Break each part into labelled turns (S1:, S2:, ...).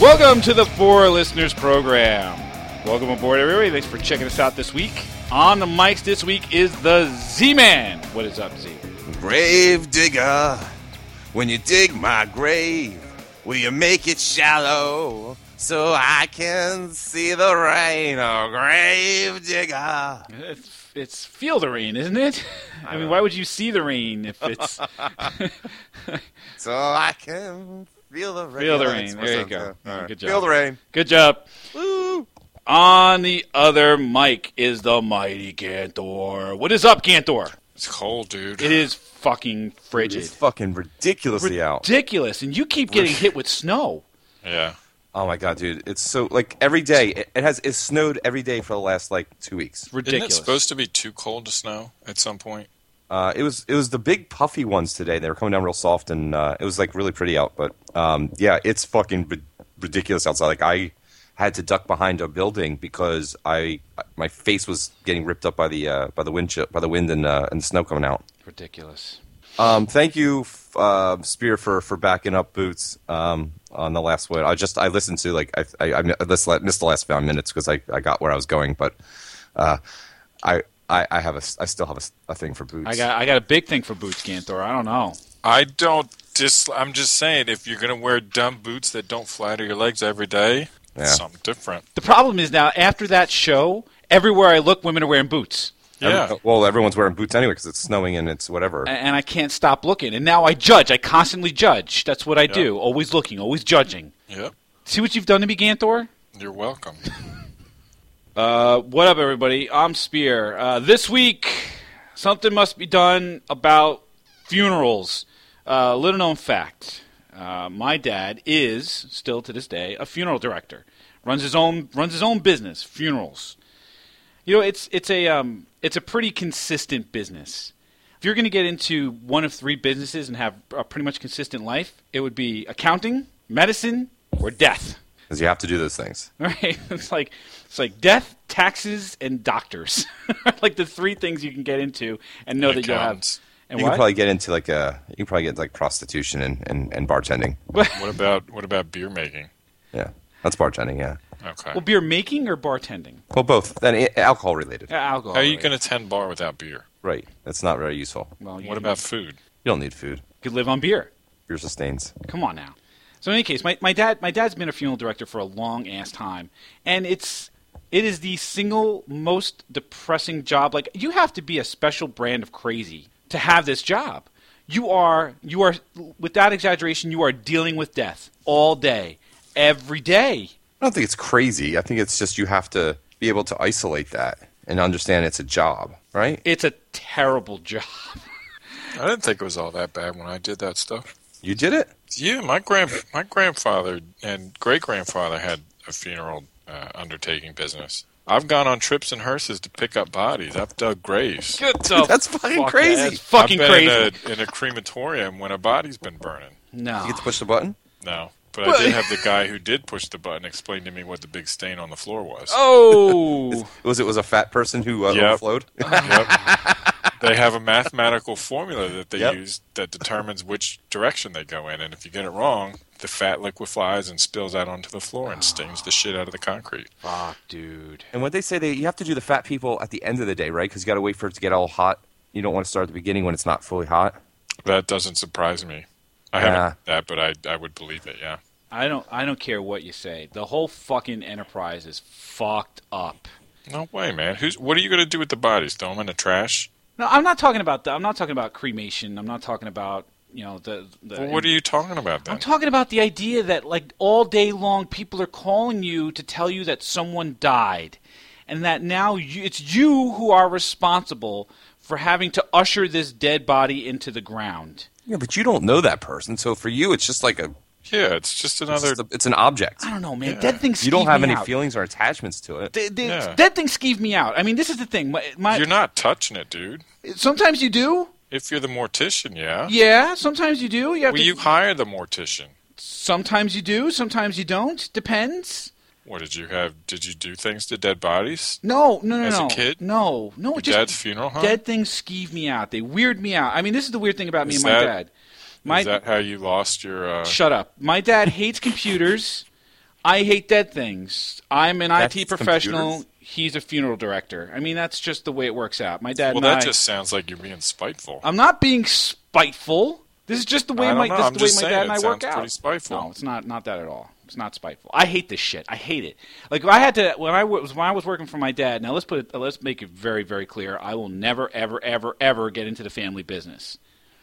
S1: Welcome to the Four Listeners Program. Welcome aboard, everybody. Thanks for checking us out this week. On the mics this week is the Z Man. What is up, Z?
S2: Grave digger, when you dig my grave, will you make it shallow so I can see the rain? Oh, grave digger.
S1: It's, it's feel the rain, isn't it? I mean, why would you see the rain if it's
S2: So I can feel the rain.
S1: Feel the
S2: Oh,
S1: rain.
S2: that's
S1: There you
S2: what's
S1: go.
S2: up, yeah. All right.
S1: Good job.
S2: Feel the rain.
S1: good job?
S2: Woo.
S1: On the other mic is the mighty Cantor. What is up, Cantor?
S3: It's cold, dude.
S1: It is fucking frigid,
S2: It's fucking ridiculously out.
S1: ridiculous, and you keep getting hit with snow.
S3: Yeah.
S2: Oh my god, dude! It's so like every day. It, it has it's snowed every day for the last like two weeks.
S1: Ridiculous.
S3: Isn't it supposed to be too cold to snow at some point?
S2: Uh, it was it was the big puffy ones today. They were coming down real soft, and uh, it was like really pretty out. But um, yeah, it's fucking ri- ridiculous outside. Like I had to duck behind a building because I my face was getting ripped up by the uh, by the wind chill, by the wind and uh, and the snow coming out.
S1: ridiculous.
S2: Um, thank you, f- uh, Spear, for for backing up Boots um, on the last one. I just I listened to like I I, I mi- I missed missed the last five minutes because I, I got where I was going, but uh, I. I, I have a, s- I still have a s a thing for boots.
S1: I got I got a big thing for boots, Cantor. I don't know.
S3: I don't dis. I'm just saying, if you're gonna wear dumb boots that don't flatter your legs every day,
S2: Yeah.
S3: it's something different.
S1: The problem is now after that show, everywhere I look, women are wearing boots,
S3: Yeah.
S2: Every- well, everyone's wearing boots anyway because it's snowing and it's whatever.
S1: A- and I can't stop looking. And now I judge. I constantly judge. That's what I do. Always looking, always judging.
S3: yep.
S1: See what you've done to me, Ganthor.
S3: You're welcome.
S1: Uh, what up, everybody? I'm Spear. Uh, this week, something must be done about funerals. Uh, little known fact: uh, my dad is still to this day a funeral director. runs his own runs his own business, funerals. You know, it's it's a um, it's a pretty consistent business. If you're going to get into one of three businesses and have a pretty much consistent life, it would be accounting, medicine, or death.
S2: Because you have to do those things.
S1: Right? It's like it's like death, taxes, and doctors. like the three things you can get into and know
S3: And
S1: that you'll have.
S3: accountants.
S1: And
S2: you
S1: what?
S2: can probably get into like a you can probably get like prostitution and, and, and bartending.
S3: what about what about beer making?
S2: Yeah, that's bartending. Yeah,
S3: Okay.
S1: well, beer making or bartending?
S2: well, both. Then i- alcohol related,
S1: Uh, alcohol.
S3: How are you
S1: related.
S3: gonna attend bar without beer?
S2: right? That's not very useful.
S1: Well, you
S3: What about food?
S2: You don't need food.
S1: could live on beer?
S2: Beer sustains.
S1: Come on now. So in any case, my, my dad my dad's been a funeral director for a long ass time, and it's it is the single most depressing job. Like you have to be a special brand of crazy to have this job. You are you are without exaggeration, you are dealing with death all day, every day.
S2: I don't think it's crazy. I think it's just you have to be able to isolate that and understand it's a job, right?
S1: It's a terrible job.
S3: I didn't think it was all that bad when I did that stuff.
S2: You did it.
S3: Yeah, my grand my grandfather and great grandfather had a funeral uh, undertaking business. I've gone on trips in hearses to pick up bodies. I've dug graves.
S2: That's fucking
S1: Fuck,
S2: crazy.
S1: That's fucking
S3: I've
S1: crazy.
S3: been In a, in a crematorium when a body's been burning.
S1: no.
S2: You get to push the button.
S3: No, but I did have the guy who did push the button explain to me what the big stain on the floor was.
S1: Oh.
S2: Was it was a fat person who uh,
S3: Yep.
S2: overflowed?
S3: Yep. they have a mathematical formula that they
S2: Yep.
S3: use that determines which direction they go in, and if you get it wrong, the fat liquefies and spills out onto the floor and stings the shit out of the concrete.
S1: Fuck, dude.
S2: And what they say, they you have to do the fat people at the end of the day, right? Because you got to wait for it to get all hot. You don't want to start at the beginning when it's not fully hot.
S3: That doesn't surprise me. I
S2: Yeah.
S3: haven't heard that, but I I would believe it. Yeah.
S1: I don't I don't care what you say. The whole fucking enterprise is fucked up.
S3: No way, man. Who's what are you gonna do with the bodies? Throw them in the trash?
S1: No, I'm not talking about that. I'm not talking about cremation. I'm not talking about you know the. the
S3: Well, what are you talking about then?
S1: I'm talking about the idea that like all day long people are calling you to tell you that someone died, and that now you, it's you who are responsible for having to usher this dead body into the ground.
S2: Yeah, but you don't know that person, so for you, it's just like a
S3: yeah, it's just
S2: it's,
S3: another
S2: just a- it's an object.
S1: I don't know, man.
S3: Yeah.
S1: Dead things.
S2: You don't
S1: skeeve
S2: have
S1: me
S2: any
S1: out.
S2: feelings or attachments to it.
S1: They- they-
S3: Yeah.
S1: Dead things skeeve me out. I mean, this is the thing. My, my-
S3: You're not touching it, dude.
S1: sometimes you do.
S3: If you're the mortician, yeah.
S1: Yeah, sometimes you do. You have
S3: Well,
S1: to.
S3: you hire the mortician.
S1: Sometimes you do. Sometimes you don't. Depends.
S3: What did you have? Did you do things to dead bodies?
S1: No, no, no,
S3: As a
S1: no.
S3: kid?
S1: No, no.
S3: Your
S1: it just
S3: dad's funeral home?
S1: dead things skeeve me out. They weird me out. I mean, this is the weird thing about me
S3: Is
S1: and my
S3: that-
S1: dad. My
S3: Is that how you lost your? Uh,
S1: shut up. My dad hates computers. I hate dead things. I'm an
S2: That's
S1: IT
S2: computers.
S1: professional. He's a funeral director. I mean, that's just the way it works out. My dad and
S3: Well, that
S1: I.
S3: just sounds like you're being spiteful.
S1: I'm not being spiteful. This is just the way
S3: I don't
S1: my
S3: know.
S1: this is
S3: I'm
S1: the
S3: just
S1: way my
S3: saying,
S1: dad and
S3: it
S1: I work
S3: sounds
S1: out.
S3: pretty spiteful.
S1: No, it's not not that at all. It's not spiteful. I hate this shit. I hate it. Like if I had to when I was when I was working for my dad. Now let's put it, let's make it very very clear. I will never ever ever ever get into the family business.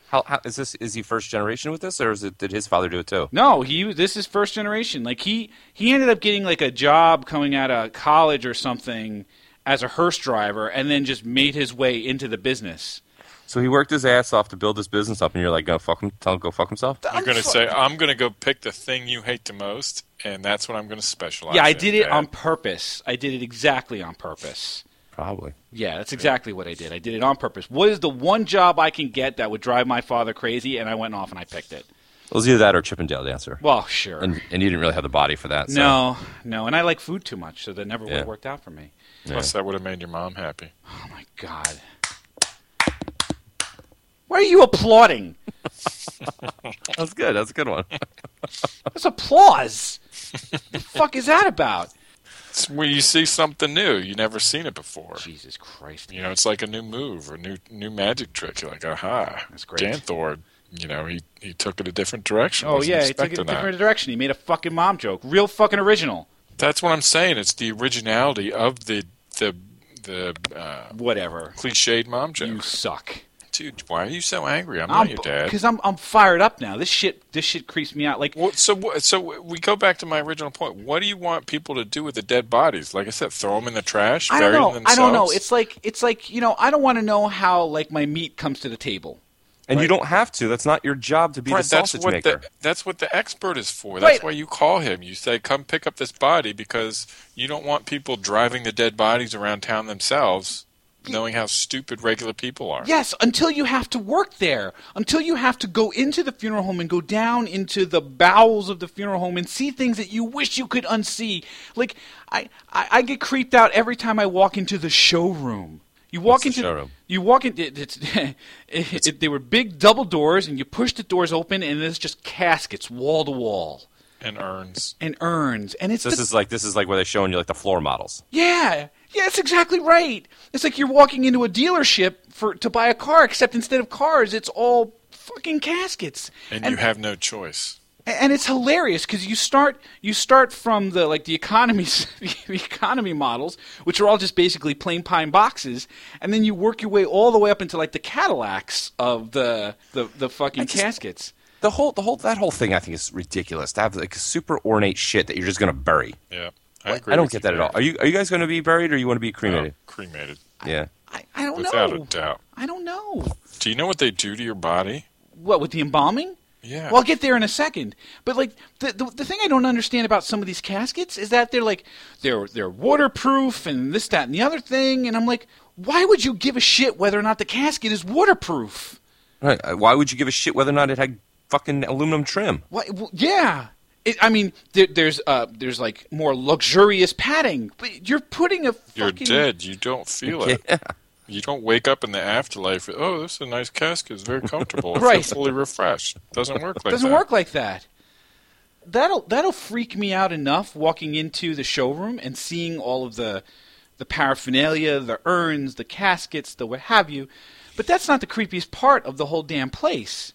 S2: How, how is this? Is he first generation with this, or is it, did his father do it too?
S1: No, he this is first generation. Like he he ended up getting like a job coming out of college or something as a hearse driver, and then just made his way into the business.
S2: So he worked his ass off to build this business up, and you're like, go fuck him, tell him to go fuck himself.
S3: You're going to say, I'm going to go pick the thing you hate the most, and that's what I'm going to specialize
S1: Yeah, I
S3: in,
S1: did it
S3: Dad."
S1: on purpose. I did it exactly on purpose.
S2: Probably.
S1: Yeah, that's exactly what I did. I did it on purpose. What is the one job I can get that would drive my father crazy? And I went off and I picked it.
S2: It was either that or Chippendale dancer,
S1: Well, sure.
S2: and and you didn't really have the body for that. So.
S1: no, no. And I like food too much, so that never would
S2: Yeah.
S1: have worked out for me.
S3: Plus, that would have made your mom happy.
S1: Oh, my God. Why are you applauding?
S2: that's good. That's a good one.
S1: That's applause. the fuck is that about?
S3: It's when you see something new, you never seen it before.
S1: Jesus Christ.
S3: You know, it's like a new move or new new magic trick. You're like, aha,
S1: That's great.
S3: Ganthor. You know, he, he took it a different direction.
S1: Oh,
S3: Wasn't
S1: yeah, he took it a
S3: expecting that.
S1: different direction. He made a fucking mom joke. Real fucking original.
S3: That's what I'm saying. It's the originality of the the the uh,
S1: Whatever.
S3: cliched mom joke.
S1: You suck.
S3: Dude, why are you so angry? I'm,
S1: I'm
S3: not your dad.
S1: because I'm I'm fired up now. This shit this shit creeps me out. Like
S3: Well, so wha- so we go back to my original point. What do you want people to do with the dead bodies? Like I said, throw them in the trash,
S1: I
S3: bury
S1: don't know.
S3: them
S1: I
S3: themselves.
S1: don't know. It's like it's like you know. I don't want to know how like my meat comes to the table.
S2: And you don't have to. That's not your job to be
S3: Right,
S2: the
S3: that's
S2: sausage
S3: what
S2: maker.
S3: The, that's what the expert is for. That's
S1: Right.
S3: why you call him. You say, "Come pick up this body," because you don't want people driving the dead bodies around town themselves, knowing how stupid regular people are.
S1: Yes, until you have to work there, until you have to go into the funeral home and go down into the bowels of the funeral home and see things that you wish you could unsee. Like I, I, I get creeped out every time I walk into the showroom. You walk
S2: What's the
S1: into
S2: showroom?
S1: you walk in. It, it's, it, it, they were big double doors, and you push the doors open, and it's just caskets wall to wall.
S3: And urns.
S1: and urns, and it's
S2: So this
S1: the-
S2: is like this is like where they're showing you like the floor models.
S1: yeah, yeah, it's exactly right. It's like you're walking into a dealership for to buy a car, except instead of cars, it's all fucking caskets,
S3: And, you have no choice.
S1: and it's hilarious because you start you start from the like the economy s- the economy models, which are all just basically plain pine boxes, and then you work your way all the way up into like the Cadillacs of the the, the fucking caskets.
S2: The whole the whole that whole thing I think is ridiculous. To have like super ornate shit that you're just gonna bury.
S3: Yeah, I agree.
S2: I don't
S3: with
S2: get
S3: you
S2: that at all. Are you are you guys gonna be buried or you want to be
S3: there.
S2: cremated?
S3: No, cremated,
S2: Yeah.
S1: I, I don't
S3: without
S1: know.
S3: a doubt.
S1: I don't know.
S3: Do you know what they do to your body?
S1: What with the embalming?
S3: Yeah.
S1: Well, I'll get there in a second. But like the, the the thing I don't understand about some of these caskets is that they're like they're they're waterproof and this that and the other thing, and I'm like, why would you give a shit whether or not the casket is waterproof?
S2: Right. Uh, Why would you give a shit whether or not it had fucking aluminum trim?
S1: Why, well, yeah. It, I mean, there, there's uh, there's like more luxurious padding, but you're putting a
S3: You're
S1: fucking
S3: dead. You don't feel it. You don't wake up in the afterlife. with, Oh, this is a nice casket. It's very comfortable. It's
S1: Right.
S3: fully refreshed. Doesn't work like
S1: doesn't
S3: that.
S1: work like that. That'll that'll freak me out enough walking into the showroom and seeing all of the the paraphernalia, the urns, the caskets, the what have you. But that's not the creepiest part of the whole damn place.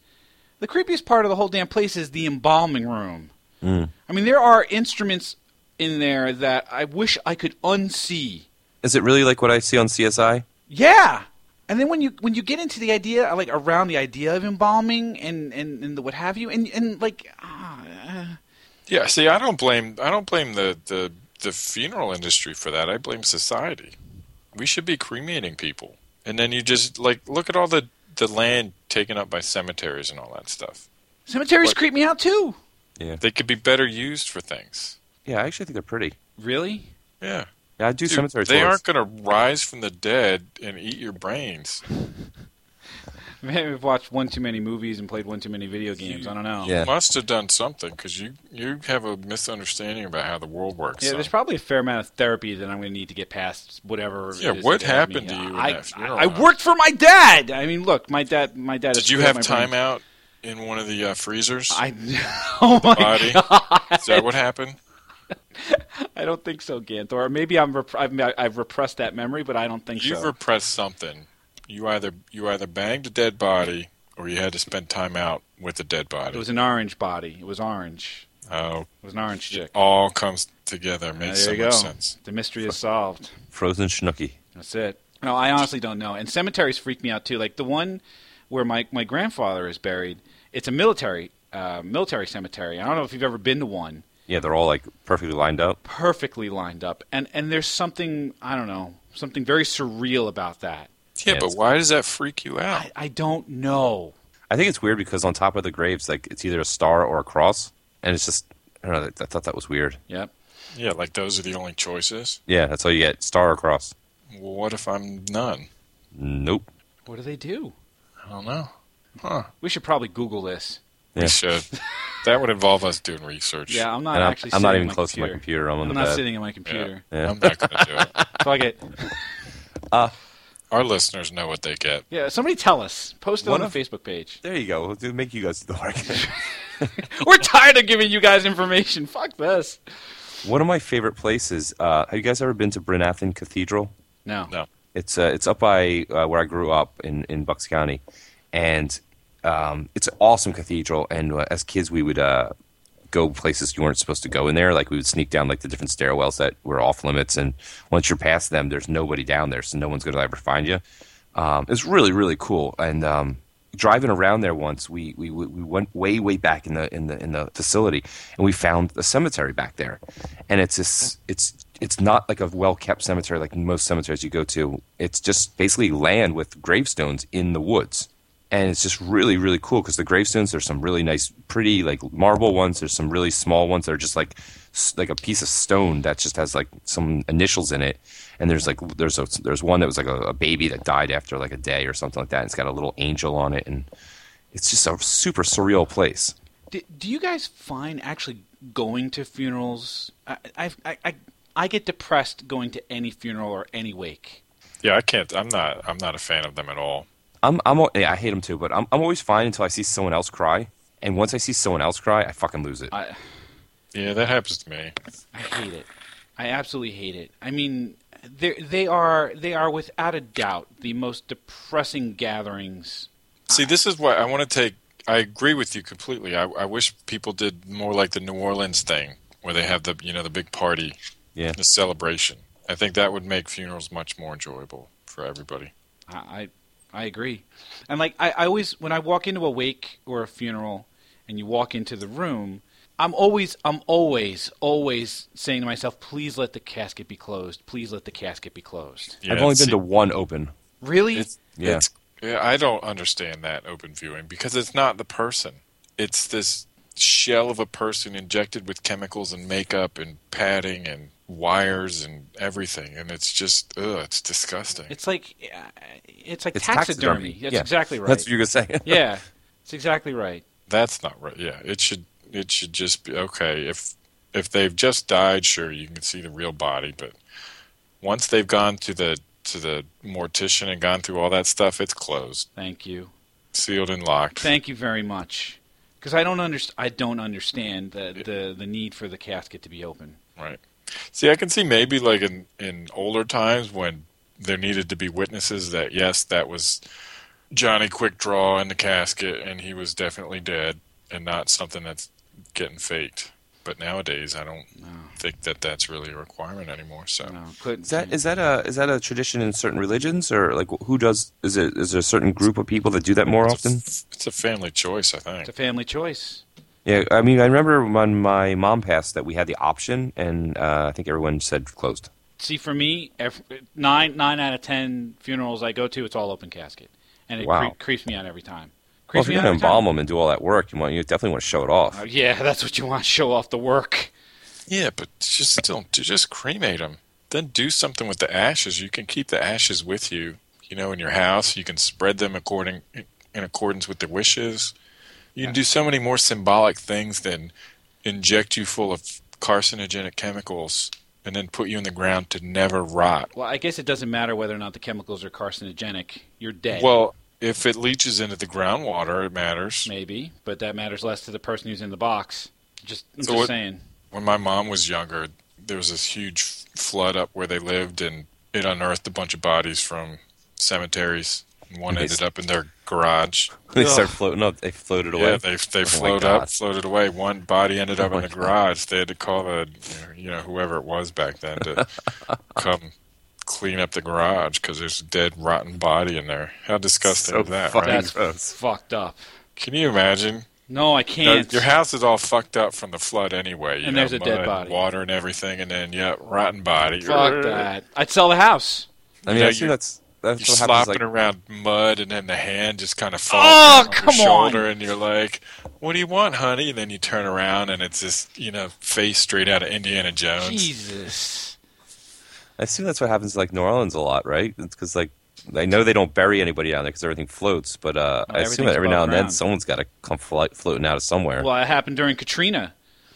S1: The creepiest part of the whole damn place is the embalming room. I mean, there are instruments in there that I wish I could unsee.
S2: Is it really like what I see on CSI?
S1: Yeah. And then when you when you get into the idea like around the idea of embalming and and, and the what have you and and like ah, uh,
S3: Yeah. See, I don't blame. I don't blame the the the funeral industry for that. I blame society. We should be cremating people, and then you just like look at all the the land taken up by cemeteries and all that stuff.
S1: Cemeteries
S3: What-
S1: creep me out too.
S3: They could be better used for things.
S2: Yeah, I actually think they're pretty.
S1: Really?
S3: Yeah.
S2: Yeah, I do
S3: Dude,
S2: cemetery
S3: they
S2: tours.
S3: aren't going to rise from the dead and eat your brains.
S1: Maybe I've watched one too many movies and played one too many video games. I don't know.
S2: Yeah.
S3: Must have done something because you you have a misunderstanding about how the world works.
S1: Yeah,
S3: son.
S1: there's probably a fair amount of therapy that I'm going to need to get past whatever. it
S3: Yeah,
S1: is
S3: what
S1: that has
S3: happened
S1: me.
S3: to you in
S1: I,
S3: that funeral
S1: I, I
S3: home?
S1: worked for my dad. I mean, look, my dad. My dad.
S3: Did
S1: has
S3: you
S1: killed
S3: have
S1: my
S3: time
S1: brain.
S3: out in one of the uh, freezers?
S1: I. oh my
S3: body?
S1: god.
S3: Is that what happened?
S1: I don't think so, Gant. Or maybe I'm rep- I've, I've repressed that memory, but I don't think
S3: you
S1: so.
S3: repressed something. You either you either banged a dead body or you had to spend time out with a dead
S1: it
S3: body.
S1: was an orange body. It was orange.
S3: oh,
S1: It was an orange chick.
S3: it all comes together.
S1: there
S3: Makes so
S1: you
S3: much
S1: go.
S3: sense.
S1: The mystery is solved.
S2: Frozen Schnooky.
S1: That's it. No, I honestly don't know. And cemeteries freak me out too. Like the one where my, my grandfather is buried. It's a military uh, military cemetery. I don't know if you've ever been to one.
S2: Yeah, they're all like perfectly lined up.
S1: Perfectly lined up, and and there's something I don't know, something very surreal about that.
S3: Yeah,
S2: Yeah,
S3: but
S2: it's-
S3: why does that freak you out?
S1: I, I don't know.
S2: I think it's weird because on top of the graves, like it's either a star or a cross, and it's just I don't know. I thought that was weird.
S1: Yep.
S3: Yeah, like those are the only choices.
S2: Yeah, that's all you get: star or cross.
S3: Well, what if I'm none?
S2: Nope.
S1: What do they do?
S3: I don't know. Huh?
S1: We should probably Google this.
S2: Yeah.
S3: We should. that would involve us doing research.
S1: Yeah, I'm not
S2: and I'm,
S1: actually.
S2: I'm not
S1: sitting
S2: even
S1: at my
S2: close to my
S1: computer.
S2: computer. I'm on
S1: I'm
S2: the
S1: not
S2: bed.
S1: sitting at my computer.
S2: Yeah.
S3: I'm not gonna do it.
S1: Fuck it.
S3: Our listeners know what they get.
S1: Yeah, somebody tell us. Post it
S2: One
S1: on
S2: of-
S1: the Facebook page.
S2: There you go. We'll make you guys do the work.
S1: We're tired of giving you guys information. Fuck this.
S2: One of my favorite places. Uh, have you guys ever been to Brinathan Cathedral?
S1: No.
S3: No.
S2: It's uh, it's up by uh, where I grew up in in Bucks County, and um, it's an awesome cathedral. And uh, as kids, we would uh, go places you weren't supposed to go in there. Like we would sneak down like the different stairwells that were off limits. And once you're past them, there's nobody down there, so no one's going to ever find you. Um, it's really really cool. And um, driving around there once, we, we we went way way back in the in the in the facility, and we found a cemetery back there. And it's this it's it's not like a well kept cemetery like most cemeteries you go to. It's just basically land with gravestones in the woods and it's just really really cool because the gravestones there's some really nice pretty like marble ones there's some really small ones that are just like s- like a piece of stone that just has like some initials in it and there's like there's a there's one that was like a, a baby that died after like a day or something like that and it's got a little angel on it and it's just a super surreal place
S1: Do, do you guys find actually going to funerals? I, I've- I, I, I get depressed going to any funeral or any wake.
S3: Yeah, I can't. I'm not. I'm not a fan of them at all.
S2: I'm I'm al- yeah, I hate them too but I'm I'm always fine until I see someone else cry and once I see someone else cry I fucking lose it
S1: I,
S3: Yeah, that happens to me.
S1: I hate it. I absolutely hate it. I mean, they they are they are without a doubt the most depressing gatherings.
S3: See, this is why I want to take. I agree with you completely. I, I wish people did more like the New Orleans thing, where they have the you know the big party,
S2: Yeah.
S3: the celebration. I think that would make funerals much more enjoyable for everybody.
S1: I I, I agree. And like I, I always when I walk into a wake or a funeral and you walk into the room, I'm always I'm always always saying to myself, please let the casket be closed. Please let the casket be closed.
S3: Yeah,
S2: I've only been
S3: see,
S2: to one open
S1: Really?
S3: It's,
S2: Yeah.
S3: it's- yeah, I don't understand that open viewing because it's not the person. It's this shell of a person injected with chemicals and makeup and padding and wires and everything, and it's just ugh, it's disgusting.
S1: It's like uh, it's like
S2: It's
S1: taxidermy.
S2: taxidermy.
S1: That's
S2: Yeah.
S1: exactly right.
S2: that's what you're gonna say
S1: yeah, it's exactly right.
S3: That's not right. Yeah, it should it should just be okay if if they've just died. Sure, you can see the real body, but once they've gone to the to the mortician and gone through all that stuff, it's closed,
S1: Thank you.
S3: sealed, and locked.
S1: Thank you very much. Because I don't underst- I don't understand the, the, the need for the casket to be open.
S3: right. See, I can see maybe like in in older times when there needed to be witnesses that yes, that was Johnny Quick Draw in the casket, and he was definitely dead, and not something that's getting faked. But nowadays, I don't think that that's really a requirement anymore. So.
S1: No, couldn't.
S2: Is that is that a is that a tradition in certain religions or like who does is it is there a certain group of people that do that more often?
S3: It's a family choice, I
S1: It's a
S3: think.
S1: family choice.
S2: Yeah, I mean I remember when my mom passed that we had the option and uh, I think everyone said closed.
S1: See, for me, ev nine nine out of ten funerals I go to, it's all open casket, and it
S2: Wow.
S1: cre- creeps me out every time.
S2: Well,
S1: Creeps
S2: if
S1: me
S2: you're
S1: out
S2: gonna
S1: every time.
S2: embalm them and do all that work, you want you definitely want to show it off.
S1: Uh, yeah, that's what you want to show off the work.
S3: Yeah, but just don't just cremate them. Then do something with the ashes. You can keep the ashes with you, you know, in your house. You can spread them according in accordance with their wishes. You can do so many more symbolic things than inject you full of carcinogenic chemicals and then put you in the ground to never rot.
S1: Well, I guess it doesn't matter whether or not the chemicals are carcinogenic. You're dead.
S3: Well, if it leaches into the groundwater, it matters.
S1: maybe, but that matters less to the person who's in the box. Just, I'm
S3: So
S1: just
S3: what-
S1: saying.
S3: when my mom was younger, there was this huge flood up where they lived, and it unearthed a bunch of bodies from cemeteries. And one
S2: Nice.
S3: ended up in their garage.
S2: They start floating up. They floated away.
S3: Yeah, they they
S2: Oh my
S3: floated
S2: God.
S3: up, floated away. One body ended up
S2: Oh
S3: in
S2: my
S3: the garage. They had to call the you know whoever it was back then to come clean up the garage because there's a dead rotten body in there. How disgusting
S2: So
S3: is that?
S2: fucking-
S3: Right?
S1: That's
S2: gross.
S1: fucked up.
S3: Can you imagine?
S1: No, I can't.
S3: Your house is all fucked up from the flood anyway. You
S1: And
S3: know,
S1: there's a dead
S3: mud,
S1: body.
S3: water and everything, and then yeah, rotten body.
S1: Fuck that. I'd sell the house.
S2: I mean,
S3: Yeah,
S2: I think
S3: you-
S2: that's that's
S3: You're
S2: what happens.
S3: slopping
S2: Like,
S3: around mud, and then the hand just kind of falls
S1: Oh,
S3: down
S1: come
S3: on your shoulder,
S1: on.
S3: and you're like, "What do you want, honey?" And then you turn around, and it's this, you know, face straight out of Indiana Jones.
S1: Jesus.
S2: I assume that's what happens to, like New Orleans a lot, right? It's because like I know they don't bury anybody down there because everything floats, but uh, I
S1: everything's
S2: assume that every now
S1: above
S2: and
S1: ground.
S2: then someone's got to come flo- floating out of somewhere.
S1: Well, it happened during Katrina.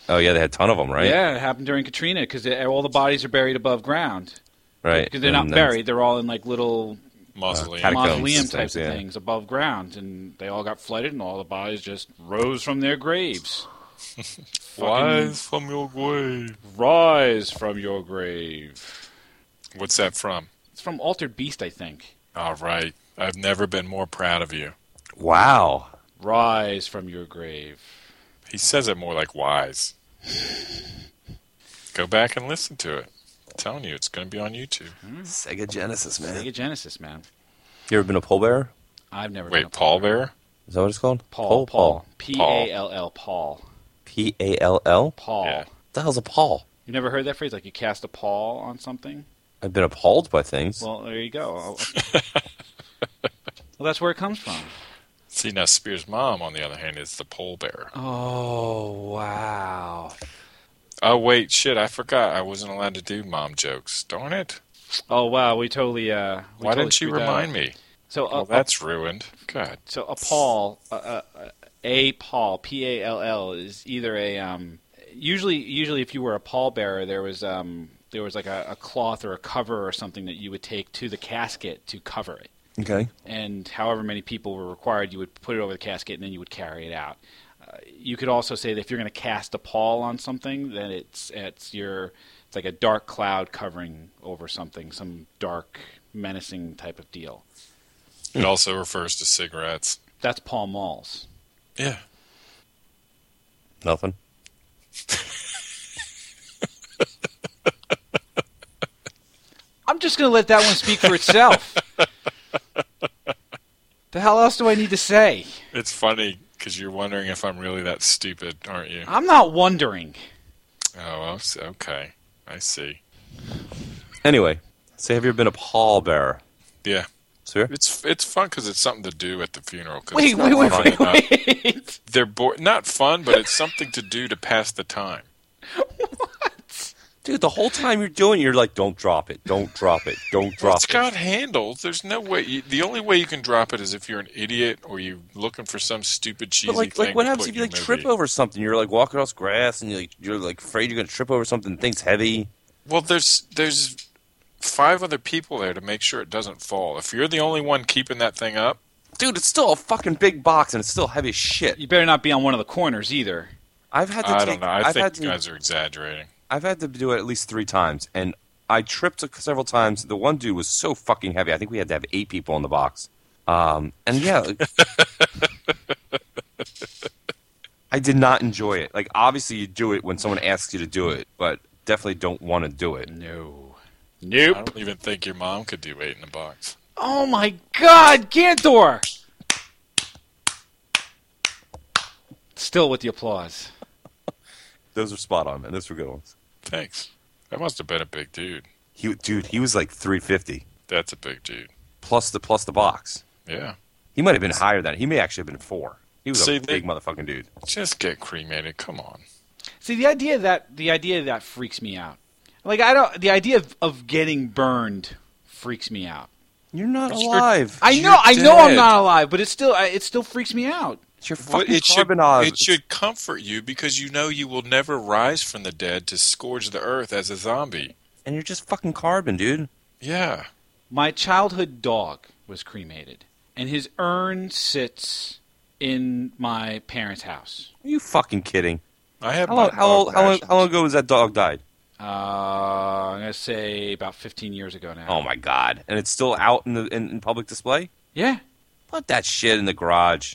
S2: Oh yeah, they had a ton of them, right?
S1: Yeah, it happened during Katrina because all the bodies are buried above ground
S2: right.
S1: because they're
S2: And
S1: not
S2: then-
S1: buried. They're all in like little
S3: Mausoleum.
S2: Uh, Catacombs
S1: mausoleum types
S2: sometimes,
S1: of
S2: yeah.
S1: things above ground, and they all got flooded, and all the bodies just rose from their graves. Fucking
S3: Rise from your grave.
S1: rise from your grave.
S3: What's that from?
S1: It's from Altered Beast, I think.
S3: All right, I've never been more proud of you.
S2: Wow.
S1: Rise from your grave.
S3: He says it more like wise. Go back and listen to it. I'm telling you, it's going to be on YouTube.
S2: Sega Genesis,
S1: Mm-hmm. Sega Genesis, man.
S2: You ever been a pole bearer?
S1: I've never been a
S3: Wait, Paul Bear?
S2: Is that what it's called?
S1: Paul.
S2: Pole
S1: Paul.
S2: Paul.
S1: P A L L. Paul.
S2: P A L L.
S1: Paul.
S3: Yeah.
S2: The hell's a Paul?
S1: You never heard that phrase? Like you cast a paw on something?
S2: I've been appalled by things.
S1: Well, there you go. I'll- well, that's where it comes from.
S3: See, now Spears' mom, on the other hand, is the Pole Bear.
S1: Oh, wow.
S3: Oh, wait, shit, I forgot. I wasn't allowed to do mom jokes. Darn it.
S1: Oh, wow. We totally. Uh, we
S3: Why
S1: totally
S3: didn't you
S1: screwed that
S3: remind
S1: up.
S3: me?
S1: So, uh,
S3: Well, that's ruined. God.
S1: so a Paul, uh, uh, uh, a Paul, P A L L is either a um, usually usually if you were a pallbearer, there was um, there was like a, a cloth or a cover or something that you would take to the casket to cover it,
S2: okay.
S1: and however many people were required, you would put it over the casket and then you would carry it out. Uh, you could also say that if you're going to cast a pall on something, then it's it's your it's like a dark cloud covering over something, some dark menacing type of deal.
S3: It also refers to cigarettes.
S1: That's Paul Malls.
S3: Yeah.
S2: Nothing.
S1: I'm just going to let that one speak for itself. the hell else do I need to say?
S3: It's funny because you're wondering if I'm really that stupid, aren't you?
S1: I'm not wondering.
S3: Oh, I s- okay. I see.
S2: Anyway, say, have you ever been a pall bearer?
S3: Yeah.
S2: Sir?
S3: It's it's fun because it's something to do at the funeral. 'cause
S1: Wait,
S3: it's not
S1: wait, wait,
S3: fun
S1: wait,
S3: enough.
S1: wait.
S3: They're bo- not fun, but it's something to do to pass the time.
S2: Dude, the whole time you're doing, it, you're like, don't drop it, don't drop it, don't drop
S3: It's
S2: it.
S3: got handles. There's no way. You, the only way you can drop it is if you're an idiot or you're looking for some stupid cheesy
S2: but like,
S3: thing.
S2: like, what
S3: to
S2: happens
S3: put
S2: if
S3: in
S2: you
S3: your
S2: like trip
S3: movie.
S2: over something? You're like walking across grass, and you're like, you're like afraid you're gonna trip over something. The thing's heavy.
S3: Well, there's there's five other people there to make sure it doesn't fall. If you're the only one keeping that thing up,
S2: Dude, it's still a fucking big box, and it's still heavy as shit.
S1: You better not be on one of the corners either.
S2: I've had to
S3: I
S2: take,
S3: don't know. I
S2: have had
S3: think
S2: to,
S3: you guys are exaggerating.
S2: I've had to do it at least three times, and I tripped several times. The one dude was so fucking heavy. I think we had to have eight people in the box. Um, and yeah, like- I did not enjoy it. Like, obviously, you do it when someone asks you to do it, but definitely don't want to do it.
S1: No.
S3: I
S1: Nope.
S3: don't even think your mom could do eight in a box.
S1: Oh my God, Gantor! Still with the applause.
S2: Those were spot on, man. Those were good ones.
S3: Thanks. That must have been a big dude.
S2: He, dude, he was like 350
S3: That's a big dude.
S2: plus the plus the box.
S3: Yeah.
S2: He might have been higher than. He may actually have been four. He was
S3: See,
S2: a
S3: they-
S2: big motherfucking dude.
S3: Just get cremated. Come on.
S1: See, the idea that the idea of that freaks me out. Like I don't. The idea of, of getting burned freaks me out.
S2: You're not
S3: You're-
S2: alive.
S1: I
S3: You're
S1: know, I know, I'm
S3: dead.
S1: not alive, but it still, I- it still freaks me out.
S2: It's your
S3: Well,
S2: fucking
S3: it should
S2: carbonized.
S3: it should comfort you because you know you will never rise from the dead to scourge the earth as a zombie.
S2: and you're just fucking carbon, dude.
S3: Yeah.
S1: My childhood dog was cremated, and his urn sits in my parents' house.
S2: Are you fucking kidding?
S3: I have
S2: How long,
S3: my
S2: how, old,
S3: dog
S2: how, long,
S3: rations.
S2: how long ago was that dog died?
S1: Uh, I'm gonna say about 15 years ago now.
S2: Oh my god! And it's still out in the in, in public display.
S1: Yeah.
S2: Put that shit in the garage.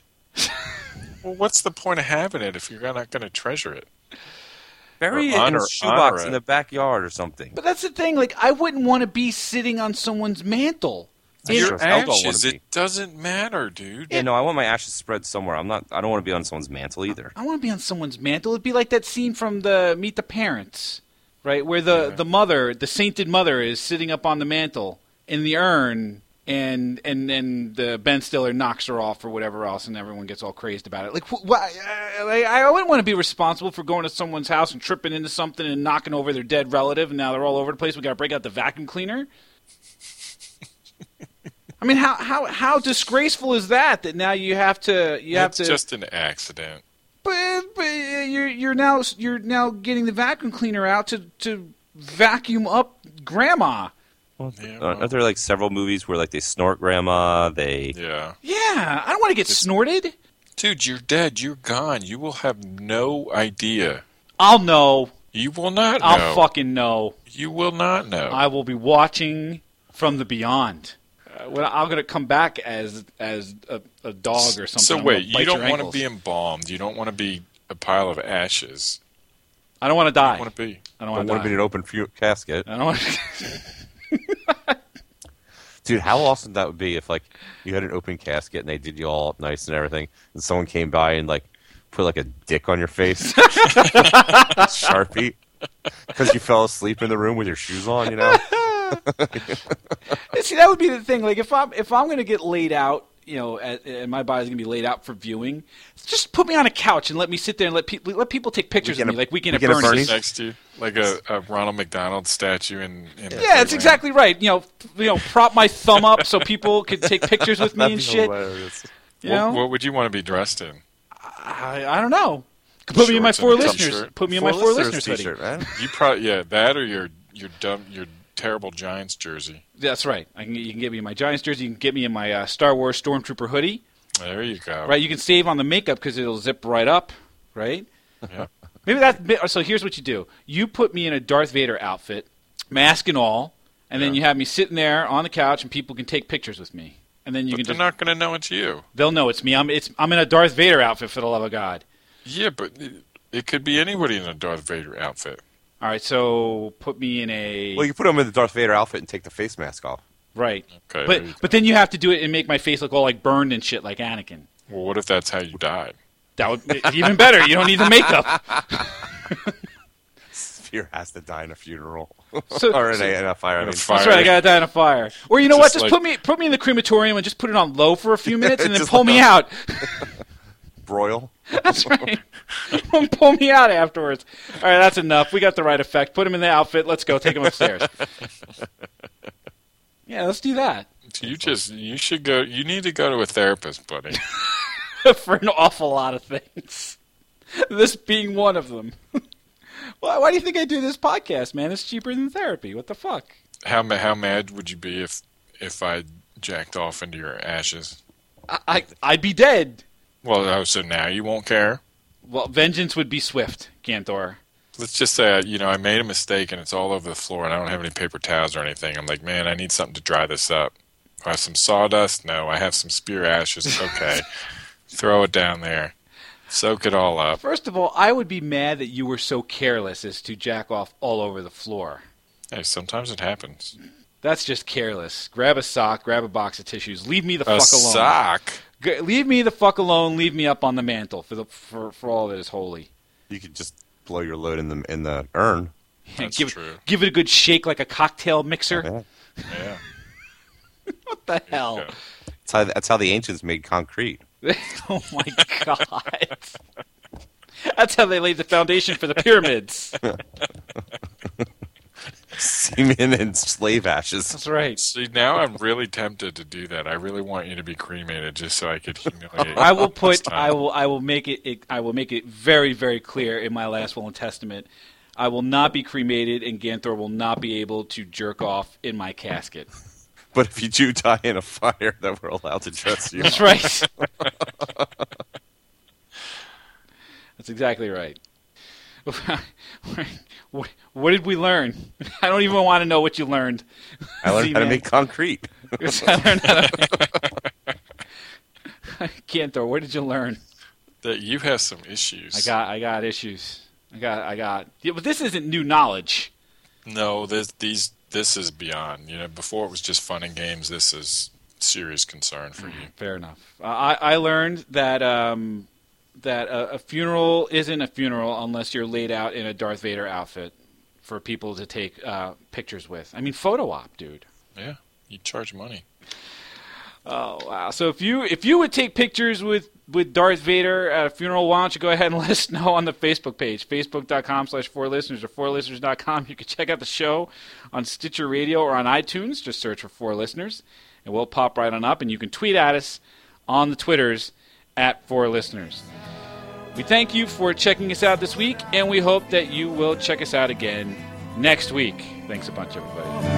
S3: Well, what's the point of having it if you're not going to treasure it?
S2: Bury it in
S3: honor-
S2: a shoebox
S3: honor
S2: in
S3: it.
S2: the backyard or something.
S1: But that's the thing. Like, I wouldn't want to be sitting on someone's mantle.
S2: That's
S3: your
S2: true. Hell don't wanna
S3: ashes,
S2: be.
S3: it doesn't matter, dude.
S2: Yeah, no, I want my ashes spread somewhere. I'm not. I don't want to be on someone's mantle either.
S1: I want to be on someone's mantle. It'd be like that scene from the Meet the Parents, right, where the the mother, the sainted mother, is sitting up on the mantle in the urn, and and and the Ben Stiller knocks her off or whatever else, and everyone gets all crazed about it. Like, wh- why? uh, Like, I wouldn't want to be responsible for going to someone's house and tripping into something and knocking over their dead relative, and now they're all over the place. We got to break out the vacuum cleaner. I mean, how, how how disgraceful is that? That now you have to you have
S3: That's
S1: to
S3: just an accident.
S1: but, but uh, you're you're now you're now getting the vacuum cleaner out to to vacuum up grandma.
S3: Yeah,
S2: Uh,
S3: well,
S2: Aren't there like several movies where like they snort grandma? They
S3: yeah.
S1: Yeah, I don't want to get snorted.
S3: Dude, you're dead. You're gone. You will have no idea.
S1: I'll know.
S3: You will not know.
S1: I'll fucking know.
S3: You will not know.
S1: I will be watching from the beyond. Uh, when I'm gonna come back as as a, a dog or something.
S3: So
S1: I'm
S3: wait,
S1: gonna bite
S3: you don't
S1: your
S3: want to
S1: ankles.
S3: be embalmed. You don't want to be a pile of ashes.
S1: I don't want to
S3: You
S1: die.
S3: want to be.
S1: I don't
S2: don't
S1: want
S2: want to
S1: to
S2: be in
S1: die.
S2: an open fu- casket,
S1: I don't want.
S2: dude. How awesome that would be if like you had an open casket and they did you all up nice and everything, and someone came by and like put like a dick on your face, sharpie, because you fell asleep in the room with your shoes on. You know,
S1: See, that would be the thing. Like if I'm if I'm gonna get laid out, you know, and, and my body's gonna be laid out for viewing, just put me on a couch and let me sit there and let pe- let people take pictures
S2: Weekend
S1: of me,
S2: at-
S1: like Weekend,
S2: Weekend
S1: at
S2: at
S1: Bernie's.
S2: Bernie's?
S3: next to you, like a, a Ronald McDonald statue in. in
S1: Yeah, that's exactly right. You know, f- you know, prop my thumb up so people could take pictures with me and shit. You know,
S3: What, what would you want to be dressed in?
S1: I, I don't know. Put me in my
S3: Shorts
S1: four
S3: and a
S1: listeners.
S3: t-shirt.
S1: Put me in my four listeners hoodie.
S2: t-shirt, man.
S3: You probably yeah that or your your dumb your terrible Giants jersey.
S1: That's right. I can, you can get me in my Giants jersey. You can get me in my uh, Star Wars Stormtrooper hoodie.
S3: There you go.
S1: Right, you can save on the makeup because it'll zip right up, right?
S3: Yeah.
S1: Maybe that's so. Here's what you do: you put me in a Darth Vader outfit, mask and all, and then
S3: Yeah.
S1: you have me sitting there on the couch, and people can take pictures with me. And then you can
S3: But they're
S1: just,
S3: not going to know it's you.
S1: they'll know it's me. I'm it's I'm in a Darth Vader outfit for the love of God.
S3: Yeah, but it, it could be anybody in a Darth Vader outfit.
S1: All right, so put me in a
S2: Well, you put him in the Darth Vader outfit and take the face mask off.
S1: right, but
S3: Okay. there you go.
S1: but then you have to do it and make my face look all like burned and shit, like Anakin.
S3: well, what if that's how you died?
S1: That would be even better. You don't need the makeup.
S2: Spear has to die in a funeral
S1: So-
S2: or in
S1: so-
S2: a, in a fire. I mean.
S3: fire.
S1: That's right. I gotta die in a fire. Or you know what?
S3: Just
S1: Just
S3: like-
S1: put me put me in the crematorium and just put it on low for a few minutes, and then
S2: Just
S1: pull me out.
S2: Broil.
S1: That's right. pull me out afterwards. All right, that's enough. We got the right effect. Put him in the outfit. Let's go. Take him upstairs. yeah, let's do that
S3: You just you should go. You need to go to a therapist, buddy.
S1: for an awful lot of things. This being one of them. why, why do you think I do this podcast, man? It's cheaper than therapy. What the fuck?
S3: How ma- how mad would you be if if I jacked off into your ashes?
S1: I, I I'd be dead.
S3: Well, oh, so now you won't care.
S1: Well, vengeance would be swift, Ganthor.
S3: Let's just say uh, you know I made a mistake and it's all over the floor and I don't have any paper towels or anything. I'm like, man, I need something to dry this up. I have some sawdust. No, I have some spear ashes. Okay, throw it down there, soak it all up.
S1: First of all, I would be mad that you were so careless as to jack off all over the floor.
S3: Hey, sometimes it happens.
S1: That's just careless. Grab a sock, grab a box of tissues. Leave me the
S3: A
S1: fuck alone.
S3: sock.
S1: G- leave me the fuck alone. Leave me up on the mantle for the for, for all that is holy.
S2: You could just blow your load in the in the urn.
S3: That's
S1: give,
S3: true.
S1: Give it a good shake like a cocktail mixer.
S2: Yeah.
S3: Yeah.
S1: What the hell?
S3: Yeah.
S2: That's how, that's how the ancients made concrete.
S1: oh my god. That's how they laid the foundation for the pyramids.
S2: Semen and slave ashes.
S1: That's right.
S3: See, now I'm really tempted to do that. I really want you to be cremated just so I could humiliate. you
S1: I will put.
S3: this time.
S1: I will. I will make it, it. I will make it very, very clear in my last will and testament. I will not be cremated, and Ganthor will not be able to jerk off in my casket.
S2: But if you do die in a fire, then we're allowed to dress you.
S1: That's right. That's exactly right. what, what did we learn? I don't even want to know what you learned.
S2: I learned how to
S1: Z-Man.
S2: make concrete.
S1: I learned how to- I can't throw. What did you learn?
S3: That you have some issues.
S1: I got I got issues. I got I got. Yeah, but this isn't new knowledge.
S3: no. This these this is beyond. You know, before it was just fun and games. This is serious concern for you.
S1: Fair enough. I, I learned that um, that a, a funeral isn't a funeral unless you're laid out in a Darth Vader outfit for people to take uh, pictures with. I mean, photo op, dude.
S3: Yeah, you charge money.
S1: Oh wow! So if you if you would take pictures with with Darth Vader at a funeral, why don't you go ahead and let us know on the Facebook page, facebook.com slash four listeners or fourlisteners.com. You can check out the show on Stitcher Radio or on iTunes. Just search for Four Listeners, and we'll pop right on up. And you can tweet at us on the Twitters at Four Listeners. We thank you for checking us out this week, and we hope that you will check us out again next week. Thanks a bunch, everybody.